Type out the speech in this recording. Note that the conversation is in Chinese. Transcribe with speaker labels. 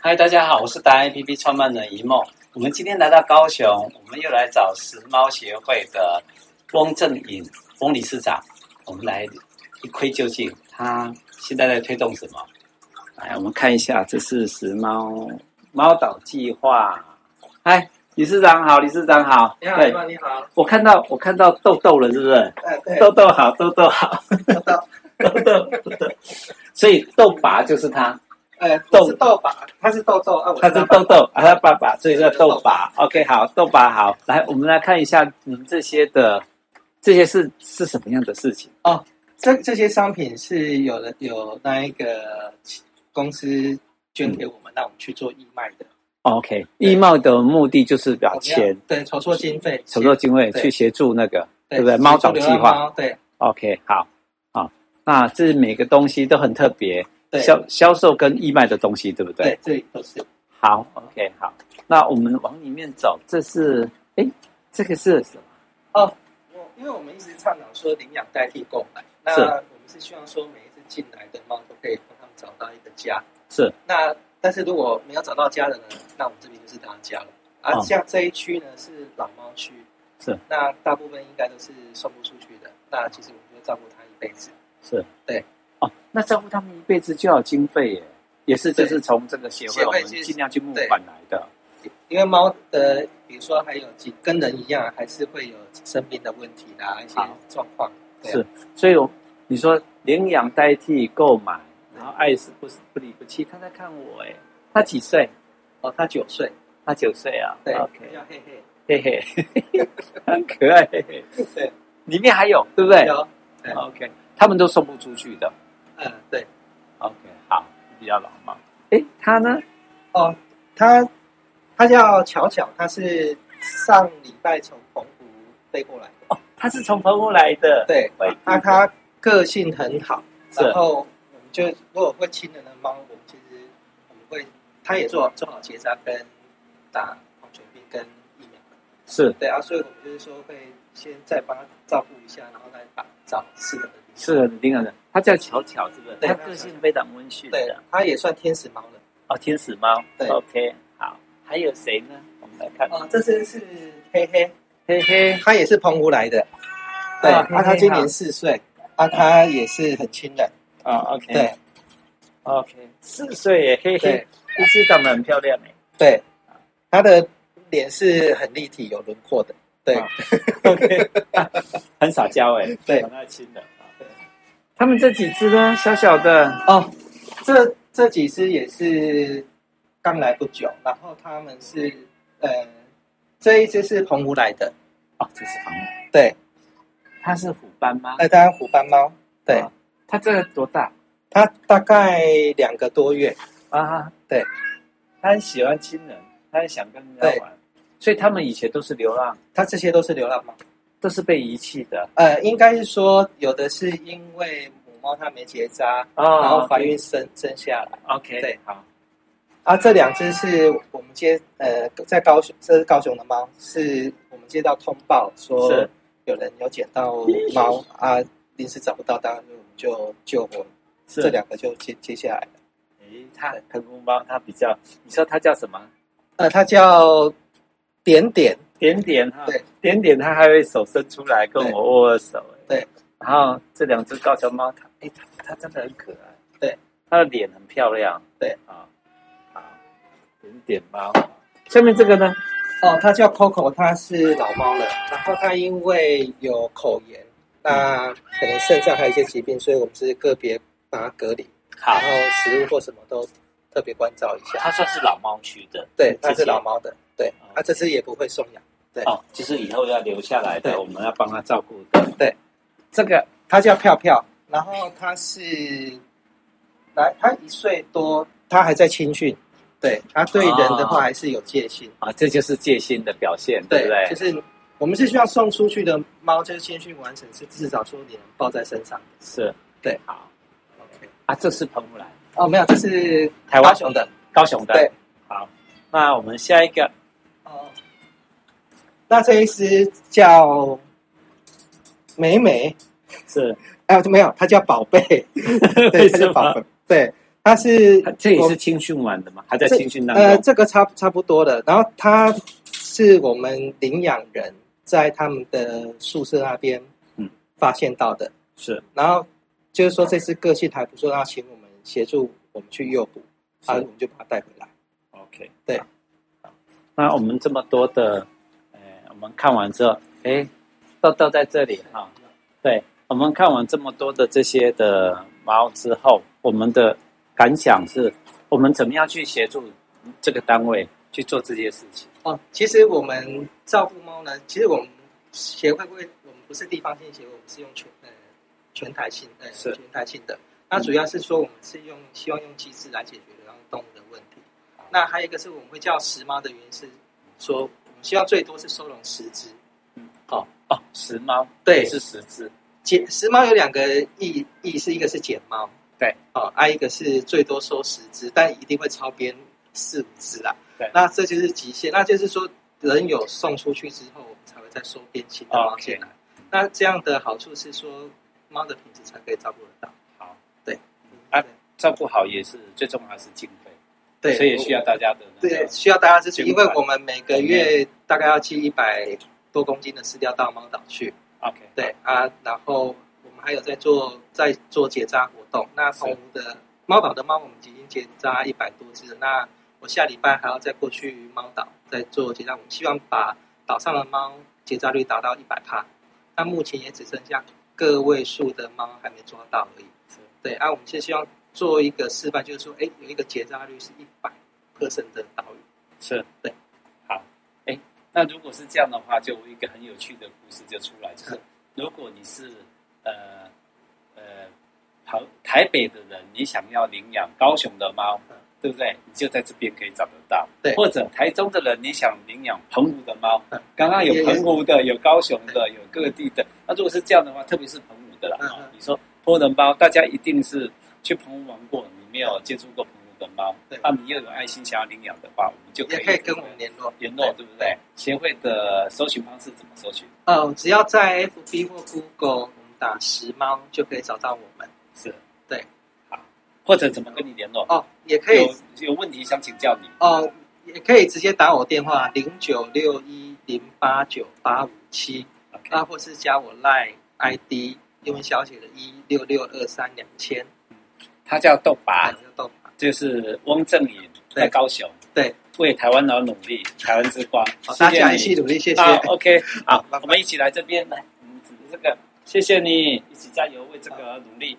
Speaker 1: 嗨，大家好，我是达人 APP 创办人一梦。我们今天来到高雄，我们又来找时髦协会的翁正颖翁理事长，我们来一窥究竟，他现在在推动什么？
Speaker 2: 来，我们看一下，这是时髦猫岛计划。哎，理事长好，理事长好。
Speaker 3: 你好，
Speaker 2: 对
Speaker 3: 你，好，你好。
Speaker 2: 我看到我看到豆豆了，是不是？
Speaker 3: 哎，对，
Speaker 2: 豆豆好，豆豆好，
Speaker 3: 豆豆，
Speaker 2: 豆豆豆豆。所以豆拔就是他，
Speaker 3: 哎，
Speaker 2: 豆
Speaker 3: 豆是豆吧？他是豆豆啊，我
Speaker 2: 他是
Speaker 3: 爸
Speaker 2: 豆豆啊，他爸爸，所以叫豆拔。OK，好，豆拔好。来，我们来看一下你们这些的，这些是是什么样的事情？
Speaker 3: 这这些商品是有人有那一个呃公司捐给我们，让我们去做义卖的。
Speaker 2: OK，义贸的目的就是
Speaker 3: 我
Speaker 2: 把
Speaker 3: 们要
Speaker 2: 钱
Speaker 3: 对筹措经费，
Speaker 2: 筹措经费
Speaker 3: 对
Speaker 2: 去协助那个，对
Speaker 3: 对
Speaker 2: 不对？猫岛计划。，
Speaker 3: 对
Speaker 2: OK，好，好，那这每个东西都很特别，
Speaker 3: 对
Speaker 2: 销销售跟义卖的东西，对不对？
Speaker 3: 对，这里都是
Speaker 2: 好，OK，好，那我们往里面走，这是，哎，这个是什么？
Speaker 3: 我因为我们一直倡导说领养代替购买，那
Speaker 2: 是
Speaker 3: 我们是希望说每一只进来的猫都可以帮他们找到一个家。
Speaker 2: 是
Speaker 3: 那但是如果没有找到家的呢，那我们这边就是他家了。啊，
Speaker 2: 哦
Speaker 3: 像这一区呢是老猫区，
Speaker 2: 是
Speaker 3: 那大部分应该都是送不出去的。那其实我们就照顾它一辈子。
Speaker 2: 是，
Speaker 3: 对，
Speaker 2: 哦，那照顾他们一辈子就要有经费耶，也是就
Speaker 3: 对
Speaker 2: 是从这个协会
Speaker 3: 协
Speaker 2: 我
Speaker 3: 会
Speaker 2: 们
Speaker 3: 去
Speaker 2: 尽量去募
Speaker 3: 对
Speaker 2: 款来的，
Speaker 3: 因为猫的，比如说还有几跟人一样，还是会有生病的问题啦，一些
Speaker 2: 好
Speaker 3: 状况。对啊
Speaker 2: 是，所以我你说领养代替购买，然后爱是不不离不弃，他在看我，哎，他几岁？
Speaker 3: 哦，它九岁，
Speaker 2: 他九岁啊，
Speaker 3: 对
Speaker 2: ，OK，
Speaker 3: 叫嘿
Speaker 2: 嘿
Speaker 3: 嘿，
Speaker 2: 嘿， 很可爱，嘿嘿。
Speaker 3: 对，
Speaker 2: 里面还有，对不对
Speaker 3: 有，对
Speaker 2: ？OK，他们都送不出去的。
Speaker 3: 嗯，对。
Speaker 2: OK，好，比较老嘛。哎，他呢？
Speaker 3: 哦，他他叫巧巧，他是上礼拜从澎湖飞过来的。
Speaker 2: 哦，他是从澎湖来的。
Speaker 3: 对，
Speaker 2: 喂
Speaker 3: 那他个性很好，
Speaker 2: 哎是
Speaker 3: 然后我们就如果会亲人的猫，我们其实我们会，他也做做好结扎跟打狂犬病跟疫苗。
Speaker 2: 是
Speaker 3: 对啊，所以我们就是说会先再帮他照顾一下，然后再把找适合的地方。
Speaker 2: 是的，领养的。他叫巧巧，是不是？
Speaker 3: 对
Speaker 2: 他个性非常温驯
Speaker 3: 对
Speaker 2: 的。，
Speaker 3: 他也算天使猫了。
Speaker 2: 哦，天使猫。
Speaker 3: 对
Speaker 2: OK，好。还有谁呢？我们来看。
Speaker 3: 哦，这只是黑黑，
Speaker 2: 嘿嘿，
Speaker 3: 他也是澎湖来的，对，
Speaker 2: 啊
Speaker 3: 啊，
Speaker 2: 嘿嘿
Speaker 3: 他今年四岁，啊，他也是很亲人，
Speaker 2: 哦，OK，
Speaker 3: 对
Speaker 2: ，OK，四岁耶，嘿嘿
Speaker 3: 对，
Speaker 2: 一只长得很漂亮哎。
Speaker 3: 对，他的脸是很立体、有轮廓的，对
Speaker 2: 啊 OK，很少教哎。
Speaker 3: 对
Speaker 2: 很爱亲的。啊
Speaker 3: 对
Speaker 2: 他们这几只呢？小小的。
Speaker 3: 哦，这这几只也是刚来不久，然后他们是呃，这一只是澎湖来的，
Speaker 2: 哦，这是房。
Speaker 3: 对，
Speaker 2: 它是虎斑吗？
Speaker 3: 那当然虎斑猫，对，
Speaker 2: 啊它这个多大
Speaker 3: 它大概两个多月，
Speaker 2: 啊？
Speaker 3: 对，
Speaker 2: 它很喜欢亲人，它很想跟人家玩，所以他们以前都是流浪，
Speaker 3: 它这些都是流浪猫。
Speaker 2: 都是被遗弃的
Speaker 3: 呃，应该是说有的是因为母猫它没结扎，
Speaker 2: 哦
Speaker 3: 然后怀孕生生下来。
Speaker 2: OK，
Speaker 3: 对，
Speaker 2: 好，
Speaker 3: 啊，这两只是我们接呃在高雄，这是高雄的猫，是我们接到通报说
Speaker 2: 是
Speaker 3: 有人有捡到猫啊，临时找不到，当然我们就救活
Speaker 2: 是
Speaker 3: 这。两个就接接下来了。
Speaker 2: 诶，它坑公猫，它比较，你说它叫什么？
Speaker 3: 呃，它叫点点，
Speaker 2: 点点哈
Speaker 3: 对，
Speaker 2: 啊点点它还会手伸出来跟我握握手，诶
Speaker 3: 对。
Speaker 2: 然后这两只高雄猫，它诶，它它真的很可爱，
Speaker 3: 对，
Speaker 2: 它的脸很漂亮，
Speaker 3: 对
Speaker 2: 啊，好，点点猫。下面这个呢？
Speaker 3: 哦，它叫 Coco，它是老猫了，然后它因为有口炎，那可能肾脏还有一些疾病，所以我们是个别把它隔离，
Speaker 2: 好
Speaker 3: 然后食物或什么都特别关照一下。
Speaker 4: 它算是老猫区的
Speaker 3: 对，它
Speaker 4: 谢
Speaker 3: 是
Speaker 4: 谢
Speaker 3: 老猫的，对，它、这只也不会送养。对
Speaker 4: 哦，就是以后要留下来
Speaker 3: 对
Speaker 4: 的，我们要帮它照顾的。
Speaker 2: 这个
Speaker 3: 它叫票票，然后它是来，它一岁多，它还在青训，对，它对人的话还是有戒心，
Speaker 2: 啊，这就是戒心的表现，哦对
Speaker 3: 对
Speaker 2: 不对？
Speaker 3: 就是我们是希望送出去的猫，就是青训完成是至少说你能抱在身上。
Speaker 2: 是，
Speaker 3: 对，
Speaker 2: 好
Speaker 3: OK，
Speaker 2: 啊，这是澎湖来，
Speaker 3: 哦，没有，这是
Speaker 2: 台
Speaker 3: 高
Speaker 2: 湾
Speaker 3: 雄的，
Speaker 2: 高雄的，
Speaker 3: 对，
Speaker 2: 好，那我们下一个嗯
Speaker 3: 哦，那这一只叫美美，
Speaker 2: 是
Speaker 3: 哎，没有，它叫宝贝，对，它
Speaker 2: 什
Speaker 3: 叫
Speaker 2: 么
Speaker 3: 宝贝，对，它是
Speaker 2: 这也
Speaker 3: 我
Speaker 2: 是青训完的吗？还在
Speaker 3: 这
Speaker 2: 青训当
Speaker 3: 呃，
Speaker 2: 中？
Speaker 3: 这个差差不多的。然后他是我们领养人在他们的宿舍那边
Speaker 2: 嗯
Speaker 3: 发现到的，
Speaker 2: 是
Speaker 3: 然后就是说这次个性还不错，要请我们协助我们去诱捕，啊，我们就把它带回来。
Speaker 2: OK，
Speaker 3: 对
Speaker 2: 好。那我们这么多的，呃，我们看完之后，诶，豆豆在这里哈、对，我们看完这么多的这些的猫之后，我们的感想是，我们怎么样去协助这个单位去做这些事情？
Speaker 3: 哦，其实我们照顾猫呢，其实我们协会会，我们不是地方性协会，我们是用全呃全台性呃
Speaker 2: 是
Speaker 3: 全台性的。那主要是说我们是用希望用机制来解决流浪动物的问题。那还有一个是我们会叫拾猫的原因是说，我们希望最多是收容十只。
Speaker 2: 哦，拾猫
Speaker 3: 对
Speaker 2: 是十只，
Speaker 3: 捡拾猫有两个意意思，一个是捡猫，
Speaker 2: 对，
Speaker 3: 哦，啊，一个是最多收十只，但一定会超编四五只啦。
Speaker 2: 对
Speaker 3: 那这就是极限，那就是说人有送出去之后，我们才会再收编新的猫
Speaker 2: 哦 OK
Speaker 3: 进来。那这样的好处是说，猫的品质才可以照顾得到。
Speaker 2: 好，
Speaker 3: 对，
Speaker 2: 啊照顾好也是最重要的是经费，
Speaker 3: 对，
Speaker 2: 所以也需要大家的那
Speaker 3: 对
Speaker 2: 个
Speaker 3: 需要大家支持，
Speaker 2: 捐
Speaker 3: 因
Speaker 2: 款
Speaker 3: 为我们每个月大概要寄一百多公斤的饲料到猫岛去。
Speaker 2: OK，
Speaker 3: 对啊，然后我们还有在做在做结扎活动。那澎湖的猫岛的猫，我们已经结扎一百多只了。那我下礼拜还要再过去猫岛再做结扎，我们希望把岛上的猫结扎率达到一百趴。那目前也只剩下个位数的猫还没抓到而已
Speaker 2: 是。
Speaker 3: 对啊，我们是希望做一个示范，就是说，哎，有一个结扎率是一百 percent 的岛屿。
Speaker 2: 是，
Speaker 3: 对，
Speaker 2: 好，哎，那如果是这样的话，就有一个很有趣的故事就出来，就是如果你是呃呃台台北的人，你想要领养高雄的猫
Speaker 3: 嗯，
Speaker 2: 对不对？你就在这边可以找得到。
Speaker 3: 对
Speaker 2: 或者台中的人，你想领养澎湖的猫
Speaker 3: 嗯，
Speaker 2: 刚刚有
Speaker 3: 也
Speaker 2: 澎湖的，有高雄的，有各地的。那如果是这样的话，特别是澎湖的啦，
Speaker 3: 嗯
Speaker 2: 哦
Speaker 3: 嗯
Speaker 2: 你说泼人包，大家一定是去澎湖玩过，你没有接触过澎湖的猫
Speaker 3: 对，
Speaker 2: 那你又有爱心想要领养的话，我们就可
Speaker 3: 也
Speaker 2: 以
Speaker 3: 可以跟我们联络。
Speaker 2: 联络，对不对？协会的搜寻方式怎么搜寻？
Speaker 3: 哦，只要在 FB 或 Google 我们打“拾猫”就可以找到我们。
Speaker 2: 是，
Speaker 3: 对，
Speaker 2: 好，或者怎么跟你联络？
Speaker 3: 哦，也可以
Speaker 2: 有有问题想请教你。
Speaker 3: 哦，也可以直接打我电话零九六一零八九八五七，
Speaker 2: OK，
Speaker 3: 啊，或是加我 Line ID 英文小写的一六六二三两千，
Speaker 2: 他叫豆
Speaker 3: 啊，
Speaker 2: 拔，
Speaker 3: 就豆吧。
Speaker 2: 就是翁正宇，在
Speaker 3: 对
Speaker 2: 高雄，
Speaker 3: 对，
Speaker 2: 为台湾而努力，台湾之光。
Speaker 3: 好，
Speaker 2: 谢
Speaker 3: 大
Speaker 2: 谢
Speaker 3: 家
Speaker 2: 你
Speaker 3: 一起努力，谢谢。
Speaker 2: 啊，OK，好
Speaker 3: 拜拜，
Speaker 2: 我们一起来这边来，嗯，这个，谢谢你，一起加油，为这个而努力。